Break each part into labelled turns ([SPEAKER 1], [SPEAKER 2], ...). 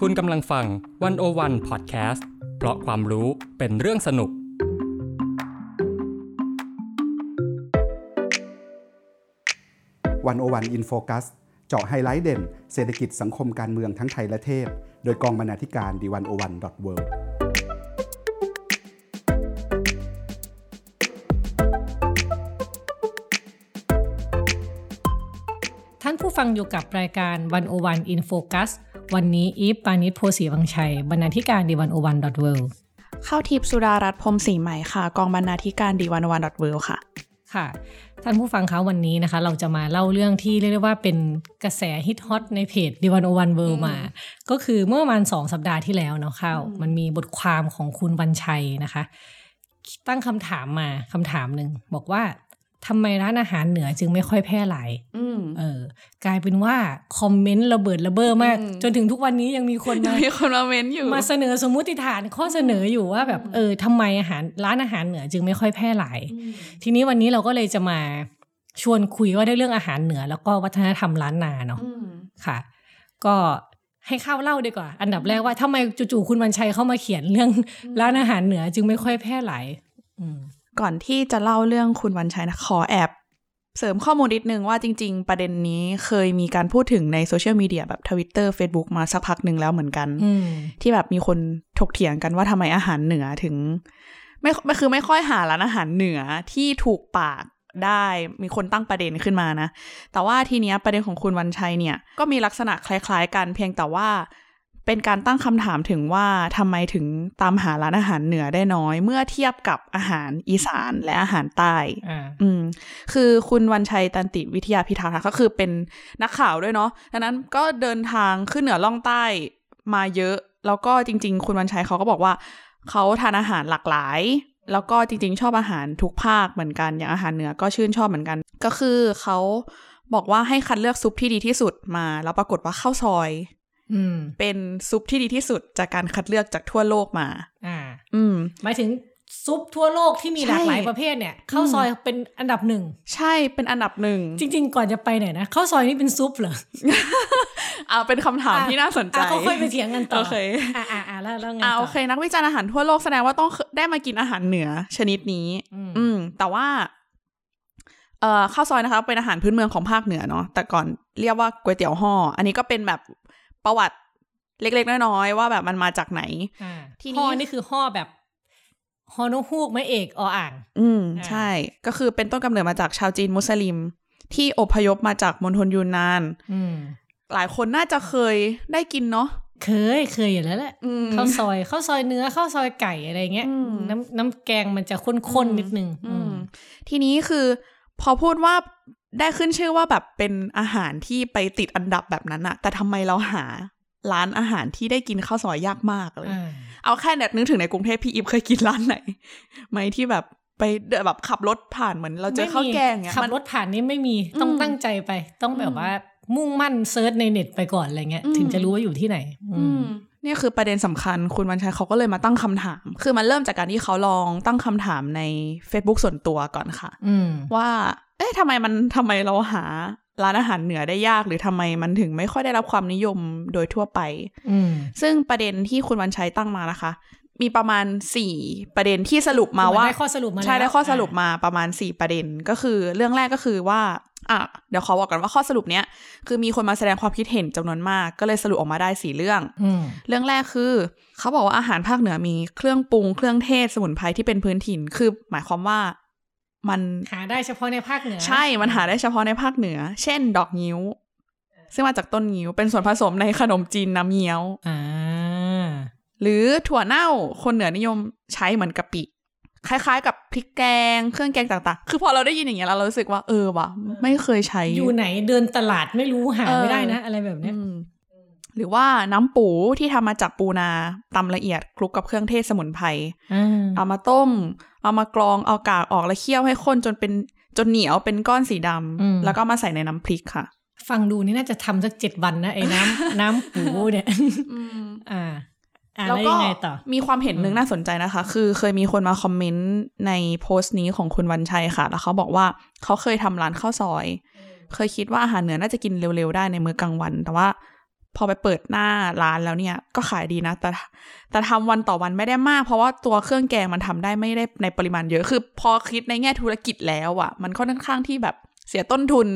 [SPEAKER 1] คุณกำลังฟังวันโอวันพอดแคสต์เพราะความรู้เป็นเรื่องสนุก
[SPEAKER 2] วันโอวันอินโฟกัสเจาะไฮไลท์เด่น เศรษฐกิจสังคมการเมืองทั้งไทยและเทศ โดยกองบรรณาธิการดีวันโอวันดอทเว
[SPEAKER 3] ท่านผู้ฟังอยู่กับรายการวันโอวันอินโฟกัสวันนี้อีฟปานิชโพสีวังชัย บรรณาธิการดีวันโอวันดอทเว
[SPEAKER 4] เข้าทิปสุดารัตน์พรหมศรีใหม่ค่ะ กองบรรณาธิการดีวันวันดอทเวค่ะ
[SPEAKER 3] ค่ะ ท่านผู้ฟังคะวันนี้นะคะ เราจะมาเล่าเรื่องที่เรียกได้ว่าเป็นกระแสฮิตฮอตในเพจดีวันโอวันเวมา ก็คือเมื่อประมาณสองสัปดาห์ที่แล้วเนาะข้าว
[SPEAKER 4] อืม
[SPEAKER 3] มันมีบทความของคุณวันชัยนะคะ ตั้งคำถามมาคำถามหนึ่งบอกว่าทำไมร้านอาหารเหนือจึงไม่ค่อยแพร่หลาย
[SPEAKER 4] อืม
[SPEAKER 3] เออกลายเป็นว่าคอมเมนต์ระเบิดระเบ้อมาก
[SPEAKER 4] อืม
[SPEAKER 3] จนถึงทุกวันนี้ยังมีคนมา
[SPEAKER 4] มีคนมาเม้นอยู่
[SPEAKER 3] มาเสนอสมมุติฐานข้อเสนออยู่ว่าแบบ
[SPEAKER 4] อืม
[SPEAKER 3] เออทำไมอาหารร้านอาหารเหนือจึงไม่ค่อยแพร่หลาย
[SPEAKER 4] อืม
[SPEAKER 3] ทีนี้วันนี้เราก็เลยจะมาชวนคุยว่าด้วยเรื่องอาหารเหนือ แล้วก็วัฒนธรรมล้านนาเนาะ
[SPEAKER 4] อืม
[SPEAKER 3] ค่ะ ก็ให้เข้าวเล่าดีกว่า อันดับแรกว่าทำไมจู่ๆคุณวันชัยเข้ามาเขียนเรื่องร้านอาหารเหนือจึงไม่ค่อยแพร่หลายอืม
[SPEAKER 4] ก่อนที่จะเล่าเรื่องคุณวันชัยนะ ขอแอบ เสริมข้อมูลนิดนึงว่าจริง ๆ ประเด็นนี้เคยมีการพูดถึงในโซเชียลมีเดียแบบทวิตเตอร์ Facebook มาสักพักหนึ่งแล้วเหมือนกัน
[SPEAKER 3] อืม
[SPEAKER 4] ที่แบบมีคนถกเถียงกันว่าทำไมอาหารเหนือถึง ไม่ไม่คือไม่ค่อยหาร้านอาหารเหนือที่ถูกปากได้มีคนตั้งประเด็นขึ้นมานะ แต่ว่าทีเนี้ยประเด็นของคุณวันชัยเนี่ย ก็มีลักษณะคล้าย ๆ กันเพียงแต่ว่าเป็นการตั้งคำถามถึงว่าทำไมถึงตามหาร้านอาหารเหนือได้น้อย เมื่อเทียบกับอาหารอีสานและอาหารใต้
[SPEAKER 3] อ่า
[SPEAKER 4] อืมคือคุณวันชัยตันติวิทยาพิทักษ์นะคะก็คือเป็นนักข่าวด้วยเนาะดังนั้นก็เดินทางขึ้นเหนือล่องใต้มาเยอะ แล้วก็จริง ๆ คุณวันชัยเขาก็บอกว่า เขาทานอาหารหลากหลาย แล้วก็จริง ๆ ชอบอาหารทุกภาคเหมือนกัน อย่างอาหารเหนือก็ชื่นชอบเหมือนกัน ก็คือเขาบอกว่าให้คัดเลือกซุปที่ดีที่สุดมา แล้วปรากฏว่าข้าวซอย
[SPEAKER 3] อืม
[SPEAKER 4] เป็นซุปที่ดีที่สุดจากการคัดเลือกจากทั่วโลกมา
[SPEAKER 3] อ่า
[SPEAKER 4] อืม
[SPEAKER 3] หมายถึงซุปทั่วโลกที่มีหลากหลาย
[SPEAKER 4] ใช่
[SPEAKER 3] ประเภทเนี่ยข้าวซอยเป็นอันดับหนึ่ง
[SPEAKER 4] ใช่เป็นอันดับหนึ่ง
[SPEAKER 3] จริงๆ ก่อนจะไปไหนนะข้าวซอยนี่เป็นซุปเหรอ
[SPEAKER 4] อ่าเป็นคำถามที่น่าสนใจ
[SPEAKER 3] อ่ะเขาค่อยไปเถียงกันต่อ
[SPEAKER 4] โอเค
[SPEAKER 3] อ่ะอ่ะอ่ะแล้วแล้วไง
[SPEAKER 4] อ่า
[SPEAKER 3] ต่
[SPEAKER 4] โอเคนักวิจารณ์อาหารทั่วโลกแสดงว่าต้องเคได้มากินอาหารเหนือชนิดนี้
[SPEAKER 3] อืม
[SPEAKER 4] อืม แต่ว่า เอ่อข้าวซอยนะคะ เป็นอาหารพื้นเมืองของภาคเหนือเนาะแต่ก่อนเรียกว่าก๋วยเตี๋ยวห่ออันนี้ก็เป็นแบบประวัติเล็กๆน้อยๆว่าแบบมันมาจากไหน
[SPEAKER 3] อ่า
[SPEAKER 4] ทีนี้
[SPEAKER 3] ห่อนี่คือห่อแบบฮอนกฮูกไม่เอกออ่าง
[SPEAKER 4] อืม
[SPEAKER 3] อ่า
[SPEAKER 4] ใช่ ก็คือเป็นต้นกำเนิดมาจากชาวจีนมุสลิม ที่อพยพมาจากมณฑลยูนนาน
[SPEAKER 3] อืม
[SPEAKER 4] หลายคนน่าจะเคยได้กินเนาะ
[SPEAKER 3] เคยเคยอยู่แล้วแหละ
[SPEAKER 4] อืม
[SPEAKER 3] ข้าวซอยข้าวซอยเนื้อข้าวซอยไก่อะไรเงี้ย
[SPEAKER 4] อืม
[SPEAKER 3] น้ำน้ำแกงมันจะข้นๆนิดนึง
[SPEAKER 4] อื
[SPEAKER 3] อื
[SPEAKER 4] ม
[SPEAKER 3] ม
[SPEAKER 4] ทีนี้คือพอพูดว่าได้ขึ้นชื่อว่าแบบเป็นอาหารที่ไปติดอันดับแบบนั้นอะแต่ทำไมเราหาร้านอาหารที่ได้กินข้าวซอยยากมากเลย
[SPEAKER 3] อ่า
[SPEAKER 4] เอาแค่แบบนึกถึงในกรุงเทพพี่อิฟเคยกินร้านไหนไหมที่แบบไปเดินแบบขับรถผ่านเหมือนเราเจอข้าวแกง
[SPEAKER 3] ไม่มี
[SPEAKER 4] เงี้ย
[SPEAKER 3] ขับ
[SPEAKER 4] มัน
[SPEAKER 3] รถผ่านนี่ไม่มีต้อง
[SPEAKER 4] อืม
[SPEAKER 3] ตั้งใจไป ต้องแบ
[SPEAKER 4] อื
[SPEAKER 3] บ
[SPEAKER 4] ม
[SPEAKER 3] ว่ามุ่งมั่นเซิร์ชในเน็ตไปก่อนอะไรเงี้ย
[SPEAKER 4] อืม
[SPEAKER 3] ถึงจะรู้ว่าอยู่ที่ไหน อื
[SPEAKER 4] อื
[SPEAKER 3] ม
[SPEAKER 4] มเนี่ยคือประเด็นสำคัญคุณวันชัยเขาก็เลยมาตั้งคำถาม คือมันเริ่มจากการที่เขาลองตั้งคำถามใน Facebook ส่วนตัวก่อนค่ะ
[SPEAKER 3] อืม
[SPEAKER 4] ว่า เอ๊ะทำไมมันทำไมเราหาร้านอาหารเหนือได้ยาก หรือทำไมมันถึงไม่ค่อยได้รับความนิยมโดยทั่วไป
[SPEAKER 3] อืม
[SPEAKER 4] ซึ่งประเด็นที่คุณวันชัยตั้งมานะคะ มีประมาณสี่ประเด็นที่สรุปมาว่า
[SPEAKER 3] เหมือนได้ข้อสรุปมาแล้ว
[SPEAKER 4] ใช่ได้ข้อสรุป
[SPEAKER 3] อ่ะ
[SPEAKER 4] มาประมาณสี่ประเด็นก็คือ เรื่องแรกก็คือว่าอ่ะเดี๋ยวขอบอกก่อนว่าข้อสรุปเนี้ยคือมีคนมาแสดงความคิดเห็นจำนวนมาก ก็เลยสรุปออกมาได้สี่เรื่อง
[SPEAKER 3] อืม
[SPEAKER 4] เรื่องแรกคือ เขาบอกว่าอาหารภาคเหนือมีเครื่องปรุงเครื่องเทศสมุนไพรที่เป็นพื้นถิ่น คือ หมายความว่ามัน
[SPEAKER 3] หาได้เฉพาะในภาคเหนือ
[SPEAKER 4] ใช่ มันหาได้เฉพาะในภาคเหนือ เช่น ดอกงิ้ว ซึ่งมาจากต้นงิ้ว เป็นส่วนผสมในขนมจีนน้ำเงี้ยว
[SPEAKER 3] อ่า
[SPEAKER 4] หรือถั่วเน่า คนเหนือนิยมใช้เหมือนกะปิ คล้ายๆ กับพริกแกง เครื่องแกงต่างๆ คือพอเราได้ยินอย่างเงี้ยแล้วเรารู้สึกว่า เออว่ะ ไม่เคยใช้
[SPEAKER 3] อยู่ไหนเดินตลาดไม่รู้หา
[SPEAKER 4] เออ
[SPEAKER 3] ไม่ได้นะ อะไรแบบเนี้ย
[SPEAKER 4] อืมหรือว่าน้ำปูที่ทำมาจากปูนาตำละเอียดคลุกกับเครื่องเทศสมุนไพร
[SPEAKER 3] อ่า
[SPEAKER 4] เอามาต้ม เอามากรอง เอากากออกแล้วเคี่ยวให้ข้นจนเป็นจนเหนียวเป็นก้อนสีดำ แล้วก็มาใส่ในน้ำพริกค่ะ
[SPEAKER 3] ฟังดูนี่น่าจะทำสักเจ็ดวันนะ ไอ้น้ำ น้ำปูเนี่ย อ่าอ่า
[SPEAKER 4] แล้
[SPEAKER 3] แล้ว ว
[SPEAKER 4] ก็
[SPEAKER 3] ยังไงต่อ
[SPEAKER 4] มีความเห็นหนึ่
[SPEAKER 3] อื
[SPEAKER 4] ง
[SPEAKER 3] ม
[SPEAKER 4] น่าสนใจนะคะ คือเคยมีคนมาคอมเมนต์ในโพสต์นี้ของคุณวันชัยค่ะ แล้วเขาบอกว่าเขาเคยทำร้านข้าวซอย เคยคิดว่าอาหารเหนือน่าจะกินเร็วๆได้ในมื้อกลางวัน แต่ว่า พอไปเปิดหน้าร้านแล้วเนี่ยก็ขายดีนะ แต่แต่ทำวันต่อวันไม่ได้มาก เพราะว่าตัวเครื่องแกงมันทำได้ไม่ได้ในปริมาณเยอะคือ พอคิดในแง่ธุรกิจแล้วอะ่ะ มันค่อนข้างที่แบบเสียต้นทุน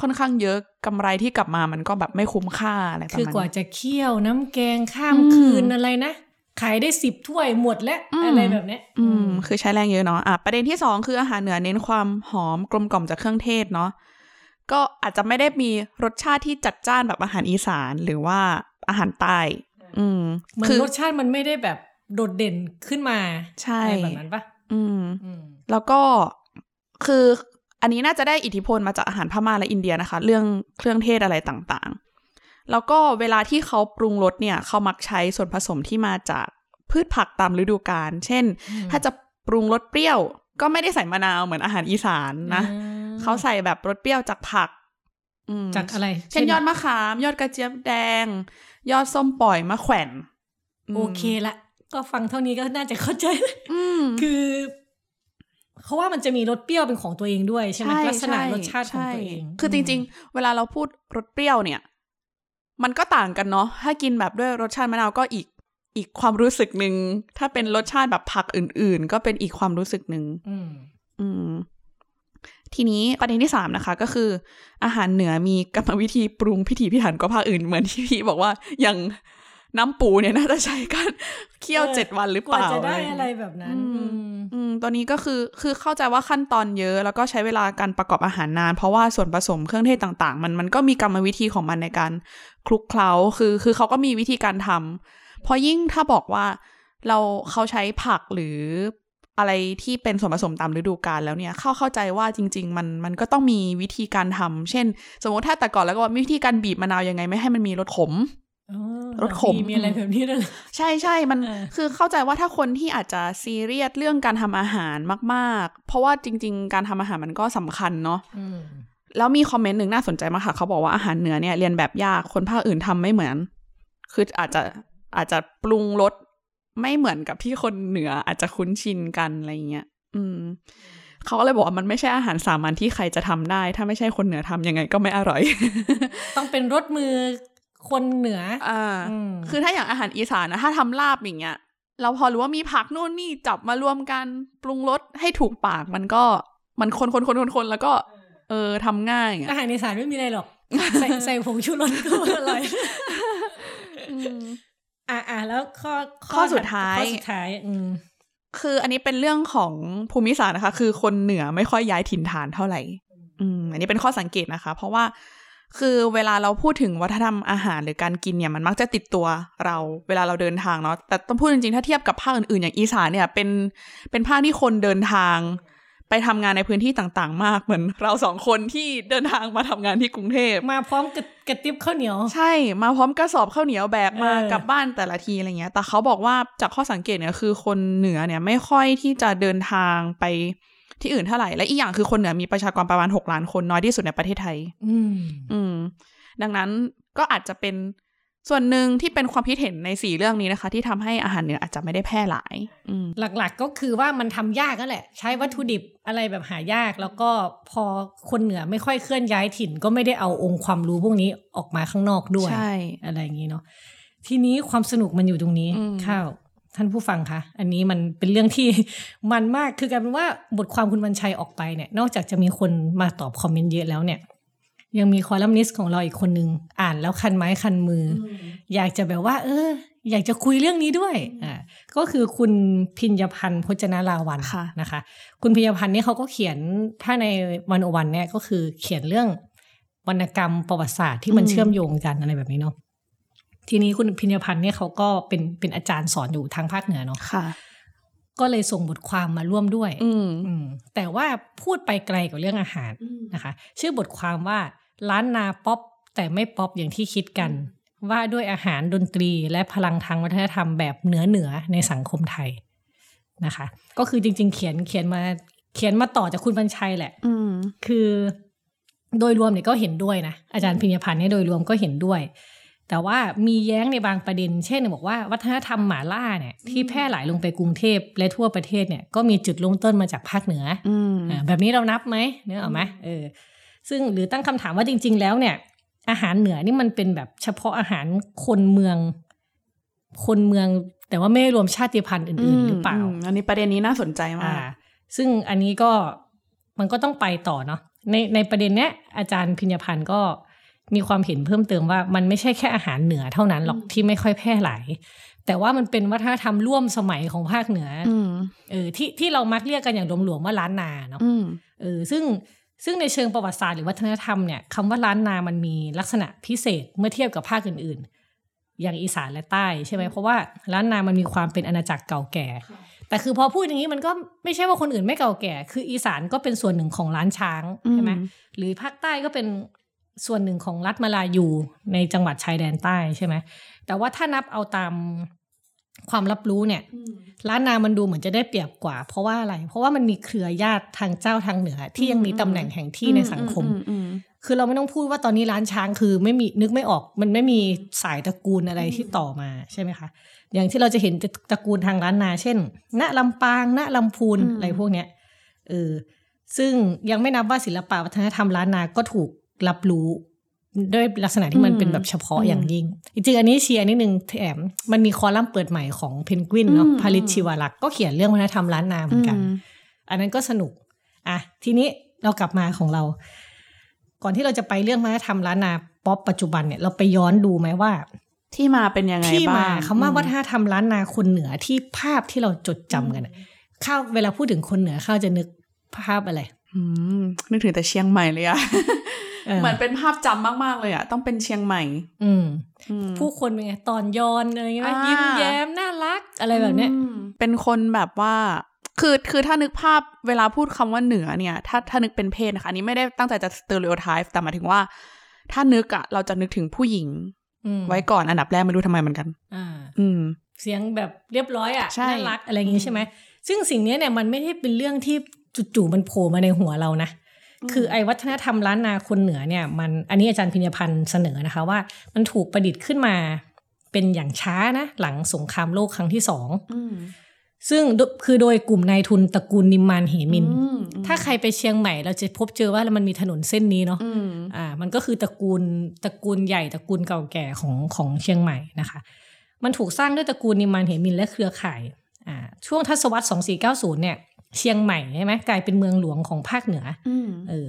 [SPEAKER 4] ค่อนข้างเยอะกำไรที่กลับมามันก็แบบไม่คุ้มค่าอะไรประมาณ
[SPEAKER 3] คือกว่า
[SPEAKER 4] นี้
[SPEAKER 3] จะเคี่ยวน้ำแกงข้าม
[SPEAKER 4] อืม
[SPEAKER 3] คืนอะไรนะ ขายได้สิบถ้วยหมดแล้ว
[SPEAKER 4] อืม
[SPEAKER 3] อะไรแบบเนี้ย
[SPEAKER 4] อืม คือใช้แรงเยอะเนาะ อ่ะ ประเด็นที่สองคืออาหารเหนือเน้นความหอมกลมกล่อมจากเครื่องเทศเนาะ ก็อาจจะไม่ได้มีรสชาติที่จัดจ้านแบบอาหารอีสานหรือว่าอาหารใต้ อืม
[SPEAKER 3] มัน
[SPEAKER 4] คือ
[SPEAKER 3] รสชาติมันไม่ได้แบบโดดเด่นขึ้นมา
[SPEAKER 4] ใช่
[SPEAKER 3] อะไรแบบนั้นปะ
[SPEAKER 4] อืม
[SPEAKER 3] อืม
[SPEAKER 4] แล้วก็คืออันนี้น่าจะได้อิทธิพลมาจากอาหารพม่าและอินเดียนะคะ เรื่องเครื่องเทศอะไรต่างๆ แล้วก็เวลาที่เขาปรุงรสเนี่ย เขามักใช้ส่วนผสมที่มาจากพืชผักตามฤดูกาลเช่น
[SPEAKER 3] อืม
[SPEAKER 4] ถ้าจะปรุงรสเปรี้ยว ก็ไม่ได้ใส่มะนาวเหมือนอาหารอีสานนะ
[SPEAKER 3] อืม
[SPEAKER 4] เขาใส่แบบรสเปรี้ยวจากผักอืม
[SPEAKER 3] จากอะไร
[SPEAKER 4] เช่นยอดมะขาม ยอดกระเจี๊ยบแดง ยอดส้มปล่อยมะแขวนม
[SPEAKER 3] โอเคละ ก็ฟังเท่านี้ก็น่าจะเข้าใจ
[SPEAKER 4] อืม
[SPEAKER 3] คือเขาว่ามันจะมีรสเปรี้ยวเป็นของตัวเองด้วยใช่ไหมลักษณะรสชาติของตัวเอง
[SPEAKER 4] ใช่คือจริง ๆ เวลาเราพูดรสเปรี้ยวเนี่ย มันก็ต่างกันเนาะ ถ้ากินแบบด้วยรสชาติมะนาวก็อีกอีกความรู้สึกหนึ่ง ถ้าเป็นรสชาติแบบผักอื่น ๆ ก็เป็นอีกความรู้สึกหนึ่ง
[SPEAKER 3] อืม
[SPEAKER 4] อืม ทีนี้ประเด็นที่สามนะคะ ก็คือ อาหารเหนือมีกรรมวิธีปรุงพิถีพิถันกว่าภาคอื่นเหมือนที่พี่บอกว่าอย่างน้ำปูเนี่ยน่าจะใช้การเคี่ยวเจ็ดวันหรือ
[SPEAKER 3] ๆก
[SPEAKER 4] เป
[SPEAKER 3] ว่า
[SPEAKER 4] ล่า
[SPEAKER 3] จะได้อะไรแบบนั้น
[SPEAKER 4] อืม
[SPEAKER 3] อืม
[SPEAKER 4] อืม ตัวนี้ก็คือ คือเข้าใจว่าขั้นตอนเยอะ แล้วก็ใช้เวลาการประกอบอาหารนาน เพราะว่าส่วนผสมเครื่องเทศต่าง ๆ มันมันก็มีกรรมวิธีของมันในการคลุกเคล้า คือ คือเขาก็มีวิธีการทำเพราะยิ่งถ้าบอกว่าเราเขาใช้ผักหรืออะไรที่เป็นส่วนผสมตามฤดูกาลแล้วเนี่ย เข้าเข้าใจว่าจริง ๆ มันมันก็ต้องมีวิธีการทำเช่น สมมติถ้าแต่ก่อนแล้วก็ว่ามีวิธีการบีบมะนาวยังไงไม่ให้มันมีรสขม
[SPEAKER 3] อ๋อ
[SPEAKER 4] รสขม
[SPEAKER 3] มีอะไรแบบนี้ด้วยเหรอ
[SPEAKER 4] ใช่ใช่ มัน
[SPEAKER 3] เออ
[SPEAKER 4] คือเข้าใจว่าถ้าคนที่อาจจะซีเรียสเรื่องการทำอาหารมากๆ เพราะว่าจริง ๆ การทำอาหารมันก็สำคัญเนาะ
[SPEAKER 3] อืม
[SPEAKER 4] แล้วมีคอมเมนต์หนึ่งน่าสนใจมากค่ะ เขาบอกว่าอาหารเหนือเนี่ยเรียนแบบยาก คนภาคอื่นทำไม่เหมือน คืออาจจะอาจจะปรุงรสไม่เหมือนกับที่คนเหนืออาจจะคุ้นชินกันอะไรอย่างเงี้ย อืม เขาก็เลยบอกว่ามันไม่ใช่อาหารสามัญที่ใครจะทำได้ ถ้าไม่ใช่คนเหนือทำยังไงก็ไม่อร่อย
[SPEAKER 3] ต้องเป็นรสมือคนเหนือ
[SPEAKER 4] อ่า
[SPEAKER 3] อืม
[SPEAKER 4] คือถ้าอย่างอาหารอีสานนะถ้าทำลาบอย่างเงี้ย เราพอรู้ว่ามีผักนู่นนี่จับมารวมกันปรุงรสให้ถูกปากมันก็มันคนคนคนคนคนแล้วก็ เออทำง่าย
[SPEAKER 3] อา
[SPEAKER 4] อ่ะ
[SPEAKER 3] หารอีสานไม่มีอะไรหรอก ใส่ใส่ผงชูรสก็อร่อย
[SPEAKER 4] อืม
[SPEAKER 3] อ่ะอ่ะแล้วข้อ
[SPEAKER 4] ข้อสุดท้าย
[SPEAKER 3] ข้อสุดท้าย อืม
[SPEAKER 4] คืออันนี้เป็นเรื่องของภูมิศาสตร์นะคะ คือคนเหนือไม่ค่อยย้ายถิ่นฐานเท่าไหร่ อืม อันนี้เป็นข้อสังเกตนะคะ เพราะว่าคือเวลาเราพูดถึงวัฒนธรรมอาหารหรือการกินเนี่ยมันมักจะติดตัวเราเวลาเราเดินทางเนาะแต่ต้องพูดจริงๆ ถ้าเทียบกับภาคอื่นๆ อย่างอีสานเนี่ยเป็นเป็นภาคที่คนเดินทาง ไปทำงานในพื้นที่ต่างๆ มากเหมือนเราสองคนที่เดินทางมาทำงานที่กรุงเทพ
[SPEAKER 3] มาพร้อมกับกระติบข้าวเหนียว
[SPEAKER 4] ใช่มาพร้อมกระสอบข้าวเหนียวแบกมา
[SPEAKER 3] เออ
[SPEAKER 4] กลับบ้านแต่ละทีอะไรเงี้ย แต่เขาบอกว่าจากข้อสังเกตเนี่ยคือคนเหนือเนี่ยไม่ค่อยที่จะเดินทางไปที่อื่นเท่าไหร่ และอีกอย่างคือคนเหนือมีประชากรประมาณ 6 ล้านคนน้อยที่สุดในประเทศไทย
[SPEAKER 3] อืม
[SPEAKER 4] อืม ดังนั้นก็อาจจะเป็นส่วนหนึ่งที่เป็นความคิดเห็นในสี่เรื่องนี้นะคะ ที่ทำให้อาหารเหนืออาจจะไม่ได้แพร่หลาย อืม
[SPEAKER 3] หลักๆก็คือว่ามันทำยากนั่นแหละ ใช้วัตถุดิบอะไรแบบหายาก แล้วก็พอคนเหนือไม่ค่อยเคลื่อนย้ายถิ่น ก็ไม่ได้เอาองค์ความรู้พวกนี้ออกมาข้างนอกด้วย
[SPEAKER 4] ใช่
[SPEAKER 3] อะไรอย่างนี้เนาะทีนี้ความสนุกมันอยู่ตรงนี้
[SPEAKER 4] อืม
[SPEAKER 3] ข้าวท่านผู้ฟังคะอันนี้มันเป็นเรื่อง ที่ มันมากคือกลายเป็นว่าบทความคุณวันชัยออกไปเนี่ย นอกจากจะมีคนมาตอบคอมเมนต์เยอะแล้วเนี่ย ยังมีคอลัมนิสต์ของเราอีกคนนึงอ่านแล้วคันไม้คันมือออยากจะแบบว่า เออ อยากจะคุยเรื่องนี้ด้วยอ่าก็คือคุณพิญญพันธ์พจนาราวัน
[SPEAKER 4] ค่ะ
[SPEAKER 3] นะคะ คุณพิญญพันธ์เนี่ยเขาก็เขียนถ้าในวันอวันเนี่ยก็คือเขียนเรื่องวรรณกรรมประวัติศาสตร์ที่มัน
[SPEAKER 4] อืม
[SPEAKER 3] เชื่อมโยงกันอะไรแบบนี้เนาะ ทีนี้คุณพิญญพันธ์เนี่ยเขาก็เป็นเป็นอาจารย์สอนอยู่ทางภาคเหนือเนาะ
[SPEAKER 4] ค่ะ
[SPEAKER 3] ก็เลยส่งบทความมาร่วมด้วย
[SPEAKER 4] อืม
[SPEAKER 3] อืมแต่ว่าพูดไปไกลกว่าเรื่องอาหารนะคะ ชื่อบทความว่าร้านนาป๊อปแต่ไม่ป๊อปอย่างที่คิดกัน ว่าด้วยอาหารดนตรีและพลังทางวัฒนธรรมแบบเหนือเหนือในสังคมไทยนะคะ ก็คือจริง ๆ เขียนเขียนมาเขียนมาต่อจากคุณบรรชัยแหละ
[SPEAKER 4] อืม
[SPEAKER 3] คือโดยรวมเนี่ยก็เห็นด้วยนะอาจารย์พิญญพันธ์เนี่ยโดยรวมก็เห็นด้วย แต่ว่ามีแย้งในบางประเด็น เช่นบอกว่าวัฒนธรรมหมาล่าเนี่ยที่แพร่หลายลงไปกรุงเทพและทั่วประเทศเนี่ยก็มีจุดเริ่มต้นมาจากภาคเหนือ
[SPEAKER 4] อืม
[SPEAKER 3] อ่าแบบนี้เรานับไหมเนื้อออกไหมเออซึ่งหรือตั้งคำถามว่าจริง ๆ แล้วเนี่ย อาหารเหนือนี่มันเป็นแบบเฉพาะอาหารคนเมือง คนเมือง แต่ว่าไม่ได้รวมชาติพันธุ์อื่นๆหรือเปล่า
[SPEAKER 4] มมอันนี้ประเด็นนี้น่าสนใจมา
[SPEAKER 3] อ่าก ซึ่งอันนี้ก็มันก็ต้องไปต่อเนาะในในประเด็นเนี้ยอาจารย์พิญญพันธ์ก็มีความเห็นเพิ่มเติมว่ามันไม่ใช่แค่อาหารเหนือเท่านั้นหรอกที่ไม่ค่อยแพร่หลาย แต่ว่ามันเป็นวัฒนธรรมร่วมสมัยของภาคเหนืออ
[SPEAKER 4] อืม
[SPEAKER 3] เออที่ที่เรามักเรียกกันอย่างหลวมๆว่าล้านนาเนาะ
[SPEAKER 4] อืม
[SPEAKER 3] เออซึ่งซึ่งในเชิงประวัติศาสตร์หรือวัฒนธรรมเนี่ยคำว่าล้านนามันมีลักษณะพิเศษเมื่อเทียบกับภาคอื่นๆ อย่างอีสานและใต้ใช่ไหมเพราะว่าล้านนามันมีความเป็นอาณาจักรเก่าแก่ แต่คือพอพูดอย่างนี้มันก็ไม่ใช่ว่าคนอื่นไม่เก่าแก่ คืออีสานก็เป็นส่วนหนึ่งของล้านช้างใช่ไหมหรือภาคใต้ก็เป็นส่วนหนึ่งของรัฐมาลายูในจังหวัดชายแดนใต้ใช่ไหมแต่ว่าถ้านับเอาตามความรับรู้เนี่ยล้านนามันดูเหมือนจะได้เปรียบกว่า เพราะว่าอะไร เพราะว่ามันมีเครือญาติทางเจ้าทางเหนือ ที่ยังมีตำแหน่งแห่งที่ในสังคม
[SPEAKER 4] อือือืม
[SPEAKER 3] คือเราไม่ต้องพูดว่าตอนนี้ร้านช้างคือไม่มีนึกไม่ออกมันไม่มีสายตระกูลอะไรที่ต่อมาใช่ไหมคะ อย่างที่เราจะเห็นตระกูลทางร้านนา เช่น ณลำปาง ณลำพูนอะไรพวกเนี้ยเออซึ่งยังไม่นับว่าศิลปะวัฒนธรรมล้านนาก็ถูกรับรู้ ด้วยลักษณะที่มันเป็นแบบเฉพาะอย่างยิ่งจริงๆอันนี้เชียร์นิดนึงแถมมันมีคอลัมน์เปิดใหม่ของเพนกวินเนาะพาริชชิวารักษ์ก็เขียนเรื่องวัฒนธรรมล้านนาเหมือนกัน อันนั้นก็สนุก อ่ะ ทีนี้เรากลับมาของเรา ก่อนที่เราจะไปเรื่องวัฒนธรรมล้านนาป๊อปปัจจุบันเนี่ยเราไปย้อนดูไหมว่า
[SPEAKER 4] ที่มาเป็นยังไง
[SPEAKER 3] ที่
[SPEAKER 4] บ้
[SPEAKER 3] มาง คำว่าวัฒนธรรมล้านนาคนเหนือที่ภาพที่เราจดจำกันอะข้าวเวลาพูดถึงคนเหนือข้าวจะนึกภาพอะไร
[SPEAKER 4] อืมนึกถึงแต่เชียงใหม่เลยอะ
[SPEAKER 3] เออ
[SPEAKER 4] เหมือนเป็นภาพจำมาก ๆ เลยอะต้องเป็นเชียงใหม่
[SPEAKER 3] อืม
[SPEAKER 4] อืม
[SPEAKER 3] ผู้คนเป็นไงตอนย้อนอะไรเงี้ย
[SPEAKER 4] อ่ายิ้
[SPEAKER 3] ยิ้มแย้มน่ารักอะไรแบบเนี้ย
[SPEAKER 4] อืมเป็นคนแบบว่า คือคือถ้านึกภาพเวลาพูดคำว่าเหนือเนี่ย ถ้าถ้านึกเป็นเพศนะคะอันนี้ไม่ได้ตั้งใจจะสเตอริโอไทป์แต่หมายถึงว่า ถ้านึกอะเราจะนึกถึงผู้หญิง
[SPEAKER 3] อืม
[SPEAKER 4] ไว้ก่อนอันดับแรกไม่รู้ทำไมเหมือนกัน
[SPEAKER 3] อ่า
[SPEAKER 4] อืม
[SPEAKER 3] เสียงแบบเรียบร้อยอ่ะ
[SPEAKER 4] ใช่
[SPEAKER 3] น่ารักอะไรอย่างงี้ใช่ไหมซึ่งสิ่งเนี้ยเนี่ยมันไม่ได้เป็นเรื่องที่จู่ๆมันโผล่มาในหัวเรานะ คือไอ้วัฒนธรรมล้านนาคนเหนือเนี่ยมันอันนี้อาจารย์พิญญพันธ์เสนอนะคะว่า มันถูกประดิษฐ์ขึ้นมาเป็นอย่างช้านะ หลังสงครามโลกครั้งที่สอง
[SPEAKER 4] อืม
[SPEAKER 3] ซึ่งโดคือโดยกลุ่มนายทุนตระกูลนิมมานเหมิน
[SPEAKER 4] อืม
[SPEAKER 3] ถ้าใครไปเชียงใหม่เราจะพบเจอว่ามันมีถนนเส้นนี้เนาะ
[SPEAKER 4] อืม
[SPEAKER 3] อ่ามันก็คือตระกูลตระกูลใหญ่ตระกูลเก่าแก่ของของเชียงใหม่นะคะ มันถูกสร้างด้วยตระกูลนิมมานเหมินและเครือข่ายอ่าช่วงทศวรรษ 2490 เนี่ย เชียงใหม่ใช่ไหมกลายเป็นเมืองหลวงของภาคเหนือ
[SPEAKER 4] อืม
[SPEAKER 3] เออ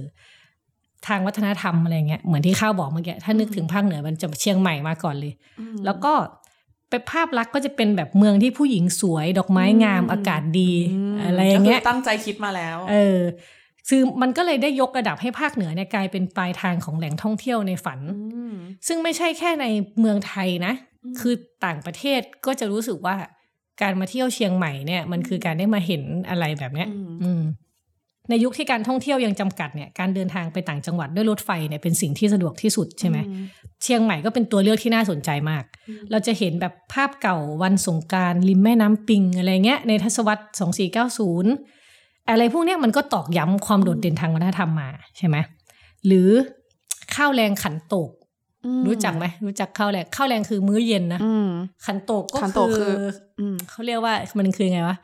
[SPEAKER 3] ทางวัฒนธรรมอะไรเงี้ยเหมือนที่ข้าวบอกเมื่อกี้ถ้านึกถึงภาคเหนือมันจะเชียงใหม่มาก่อนเลย แล้วก็เป็นภาพลักษณ์ก็จะเป็นแบบเมืองที่ผู้หญิงสวยดอกไม้งาม
[SPEAKER 4] อืม
[SPEAKER 3] อากาศดีอะไรอย่างเงี้ย
[SPEAKER 4] ก็คืตั้งใจคิดมาแล้ว
[SPEAKER 3] เออคือมันก็เลยได้ยกระดับให้ภาคเหนือเนี่ยกลายเป็นปลายทางของแหล่งท่องเที่ยวในฝัน
[SPEAKER 4] ม
[SPEAKER 3] ซึ่งไม่ใช่แค่ในเมืองไทยนะ คือต่างประเทศก็จะรู้สึกว่าการมาเที่ยวเชียงใหม่เนี่ย มันคือการได้มาเห็นอะไรแบบเนี้ย
[SPEAKER 4] อืม
[SPEAKER 3] อืม ในยุคที่การท่องเที่ยวยังจำกัดเนี่ย การเดินทางไปต่างจังหวัดด้วยรถไฟเนี่ยเป็นสิ่งที่สะดวกที่สุดใช่ไหม เชียงใหม่ก็เป็นตัวเลือกที่น่าสนใจมาก
[SPEAKER 4] อืม
[SPEAKER 3] เราจะเห็นแบบภาพเก่าวันสงกรารริมแม่น้ำปิงอะไรเงี้ย ในทศวรรษ 2490 อะไรพวกเนี้ยมันก็ตอกย้ำความโดดเด่นทางวัฒนธรรมมาใช่ไหม หรือข้าวแรงขันโตก
[SPEAKER 4] อืม
[SPEAKER 3] รู้จักไหม รู้จักข้าวแรงข้าวแรงคือมื้อเย็นนะ
[SPEAKER 4] อืม
[SPEAKER 3] ขันโตกก็
[SPEAKER 4] ขันโตกคื
[SPEAKER 3] คือ
[SPEAKER 4] อ อืม
[SPEAKER 3] เขาเรียกว่ามันคือไงวะ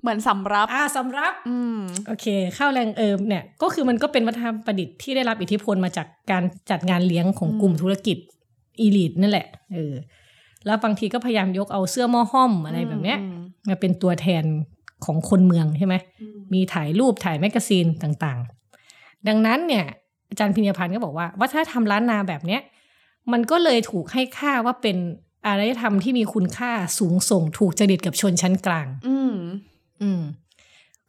[SPEAKER 4] เหมือนสำรับ
[SPEAKER 3] อ่าสำรับ
[SPEAKER 4] อืม
[SPEAKER 3] โอเคข้าวแรงเอิมเนี่ยก็คือมันก็เป็นวัฒนธรรมประดิษฐ์ที่ได้รับอิทธิพลมาจากการจัดงานเลี้ยงของ
[SPEAKER 4] อืม
[SPEAKER 3] กลุ่มธุรกิจอีลิทนั่นแหละเออแล้วบางทีก็พยายามยกเอาเสื้อหม้อห้อมอะไรแบบเนี้ย
[SPEAKER 4] อืม
[SPEAKER 3] มาเป็นตัวแทนของคนเมืองใช่ไหม
[SPEAKER 4] อืม
[SPEAKER 3] มีถ่ายรูปถ่ายแมกกาซีนต่างๆ ดังนั้นเนี่ย อาจารย์พิญญพันธ์ก็บอกว่า วัฒนธรรมล้านนาแบบเนี้ยมันก็เลยถูกให้ค่าว่าเป็นอารยธรรมที่มีคุณค่าสูงส่งถูกจริตกับชนชั้นกลาง
[SPEAKER 4] อืม
[SPEAKER 3] อืม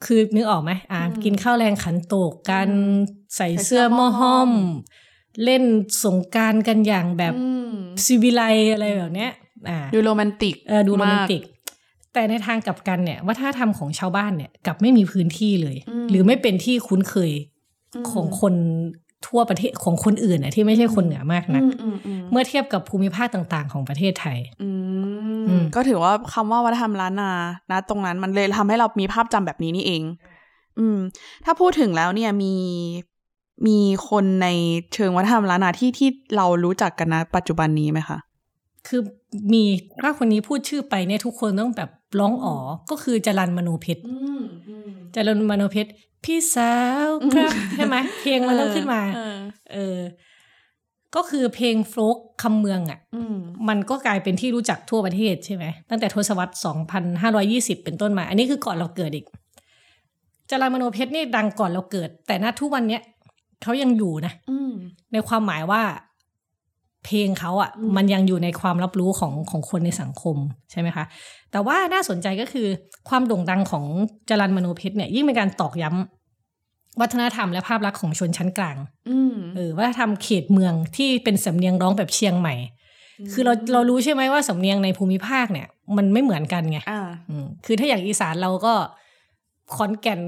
[SPEAKER 3] คือนึกออกไหมอ่า
[SPEAKER 4] อืม
[SPEAKER 3] กินข้าวแรงขันโตกกัน
[SPEAKER 4] อืม
[SPEAKER 3] ใส่
[SPEAKER 4] ใส่เสื้
[SPEAKER 3] เสื้อ
[SPEAKER 4] อ
[SPEAKER 3] หม้อ
[SPEAKER 4] หม้อห้
[SPEAKER 3] ห้อ
[SPEAKER 4] อ
[SPEAKER 3] ม
[SPEAKER 4] ม
[SPEAKER 3] เล่นสงกรารกันอย่างแบบ
[SPEAKER 4] อืม
[SPEAKER 3] ซีวิไลอะไรแบบเนี้ย อ่า
[SPEAKER 4] ดูโรแมนติก
[SPEAKER 3] เออดูโรแมนติ
[SPEAKER 4] าก
[SPEAKER 3] ก แต่ในทางกลับกันเนี่ย วัฒนธรรมของชาวบ้านเนี่ยกลับไม่มีพื้นที่เลย
[SPEAKER 4] อืม
[SPEAKER 3] หรือไม่เป็นที่คุ้นเคย
[SPEAKER 4] ม
[SPEAKER 3] ของคนทั่วประเทศของคนอื่นน่ะที่ไม่ใช่คนเหนือมาก
[SPEAKER 4] อื
[SPEAKER 3] นัก
[SPEAKER 4] มอืมอืม
[SPEAKER 3] เมื่อเทียบกับภูมิภาคต่างๆ ของประเทศไทย
[SPEAKER 4] อื
[SPEAKER 3] อื
[SPEAKER 4] ม
[SPEAKER 3] ม
[SPEAKER 4] ก็ถือว่าคำว่าวัฒนธรรมล้านนานะตรงนั้นมันเลยทำให้เรามีภาพจำแบบนี้นี่เอง อืม ถ้าพูดถึงแล้วเนี่ยมีมีคนในเชิงวัฒนธรรมล้านนาที่ที่เรารู้จักกันนะปัจจุบันนี้ไหมคะ
[SPEAKER 3] คือมีถ้าคนนี้พูดชื่อไปเนี่ยทุกคนต้องแบบร้องอ๋อก็คือจรันมโนเพชร
[SPEAKER 4] อืมอืม
[SPEAKER 3] จรนมโนเพชรพี่สาวครับ
[SPEAKER 4] อืม
[SPEAKER 3] ใช่ไหมเพลงมันต้องขึ้นมา
[SPEAKER 4] เออ
[SPEAKER 3] เออ ก็คือเพลงโฟลกคำเมืองอ่ะ
[SPEAKER 4] อืม
[SPEAKER 3] มันก็กลายเป็นที่รู้จักทั่วประเทศใช่ไหม ตั้งแต่ทศวรรษ 2520 เป็นต้นมา อันนี้คือก่อนเราเกิดอีกจารามโนเพชรนี่ดังก่อนเราเกิด แต่ณทุกวันเนี้ยเขายังอยู่นะ
[SPEAKER 4] อืม
[SPEAKER 3] ในความหมายว่าเพลงเขาอะ่ะ
[SPEAKER 4] อืม
[SPEAKER 3] มันยังอยู่ในความรับรู้ของของคนในสังคมใช่ไหมคะ แต่ว่าน่าสนใจก็คือความโด่งดังของจรันมโนเพชรเนี่ย ยิ่งเป็นการตอกย้ำวัฒนธรรมและภาพลักษณ์ของชนชั้นกลาง
[SPEAKER 4] อืม
[SPEAKER 3] เออวัฒนธรรมเขตเมืองที่เป็นสำเนียงร้องแบบเชียงใหม่ คือเราเรารู้ใช่ไหมว่าสำเนียงในภูมิภาคเนี่ย มันไม่เหมือนกันไง
[SPEAKER 4] อ่า
[SPEAKER 3] อืมคือถ้าอย่างอีสานเราก็ขอนแก่น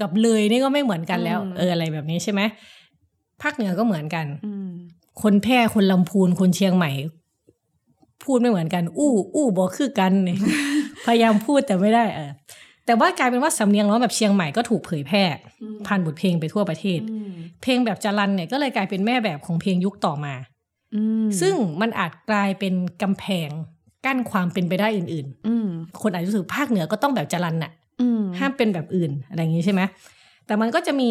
[SPEAKER 3] กับเลยนี่ก็ไม่เหมือนกันแล้ว
[SPEAKER 4] อืม
[SPEAKER 3] เอออะไรแบบนี้ใช่ไหมภาคเหนือก็เหมือนกัน
[SPEAKER 4] อืม
[SPEAKER 3] คนแพร่คนลำพูนคนเชียงใหม่ พูดไม่เหมือนกัน อู้ อู้บอกคือกัน เนี่ย พยายามพูดแต่ไม่ได้เออแต่ว่ากลายเป็นว่าสำเนียงร้องแบบเชียงใหม่ก็ถูกเผยแพร่
[SPEAKER 4] อืม
[SPEAKER 3] ผ่านบทเพลงไปทั่วประเทศ
[SPEAKER 4] อืม
[SPEAKER 3] เพลงแบบจรันเนี่ยก็เลยกลายเป็นแม่แบบของเพลงยุคต่อมา
[SPEAKER 4] อืม
[SPEAKER 3] ซึ่งมันอาจกลายเป็นกำแพงกั้นความเป็นไปได้อื่น
[SPEAKER 4] อืม
[SPEAKER 3] ๆ คนอาจจะรู้สึกภาคเหนือก็ต้องแบบจรันน่ะ
[SPEAKER 4] อืม
[SPEAKER 3] ห้ามเป็นแบบอื่นอะไรอย่างนี้ใช่ไหม แต่มันก็จะมี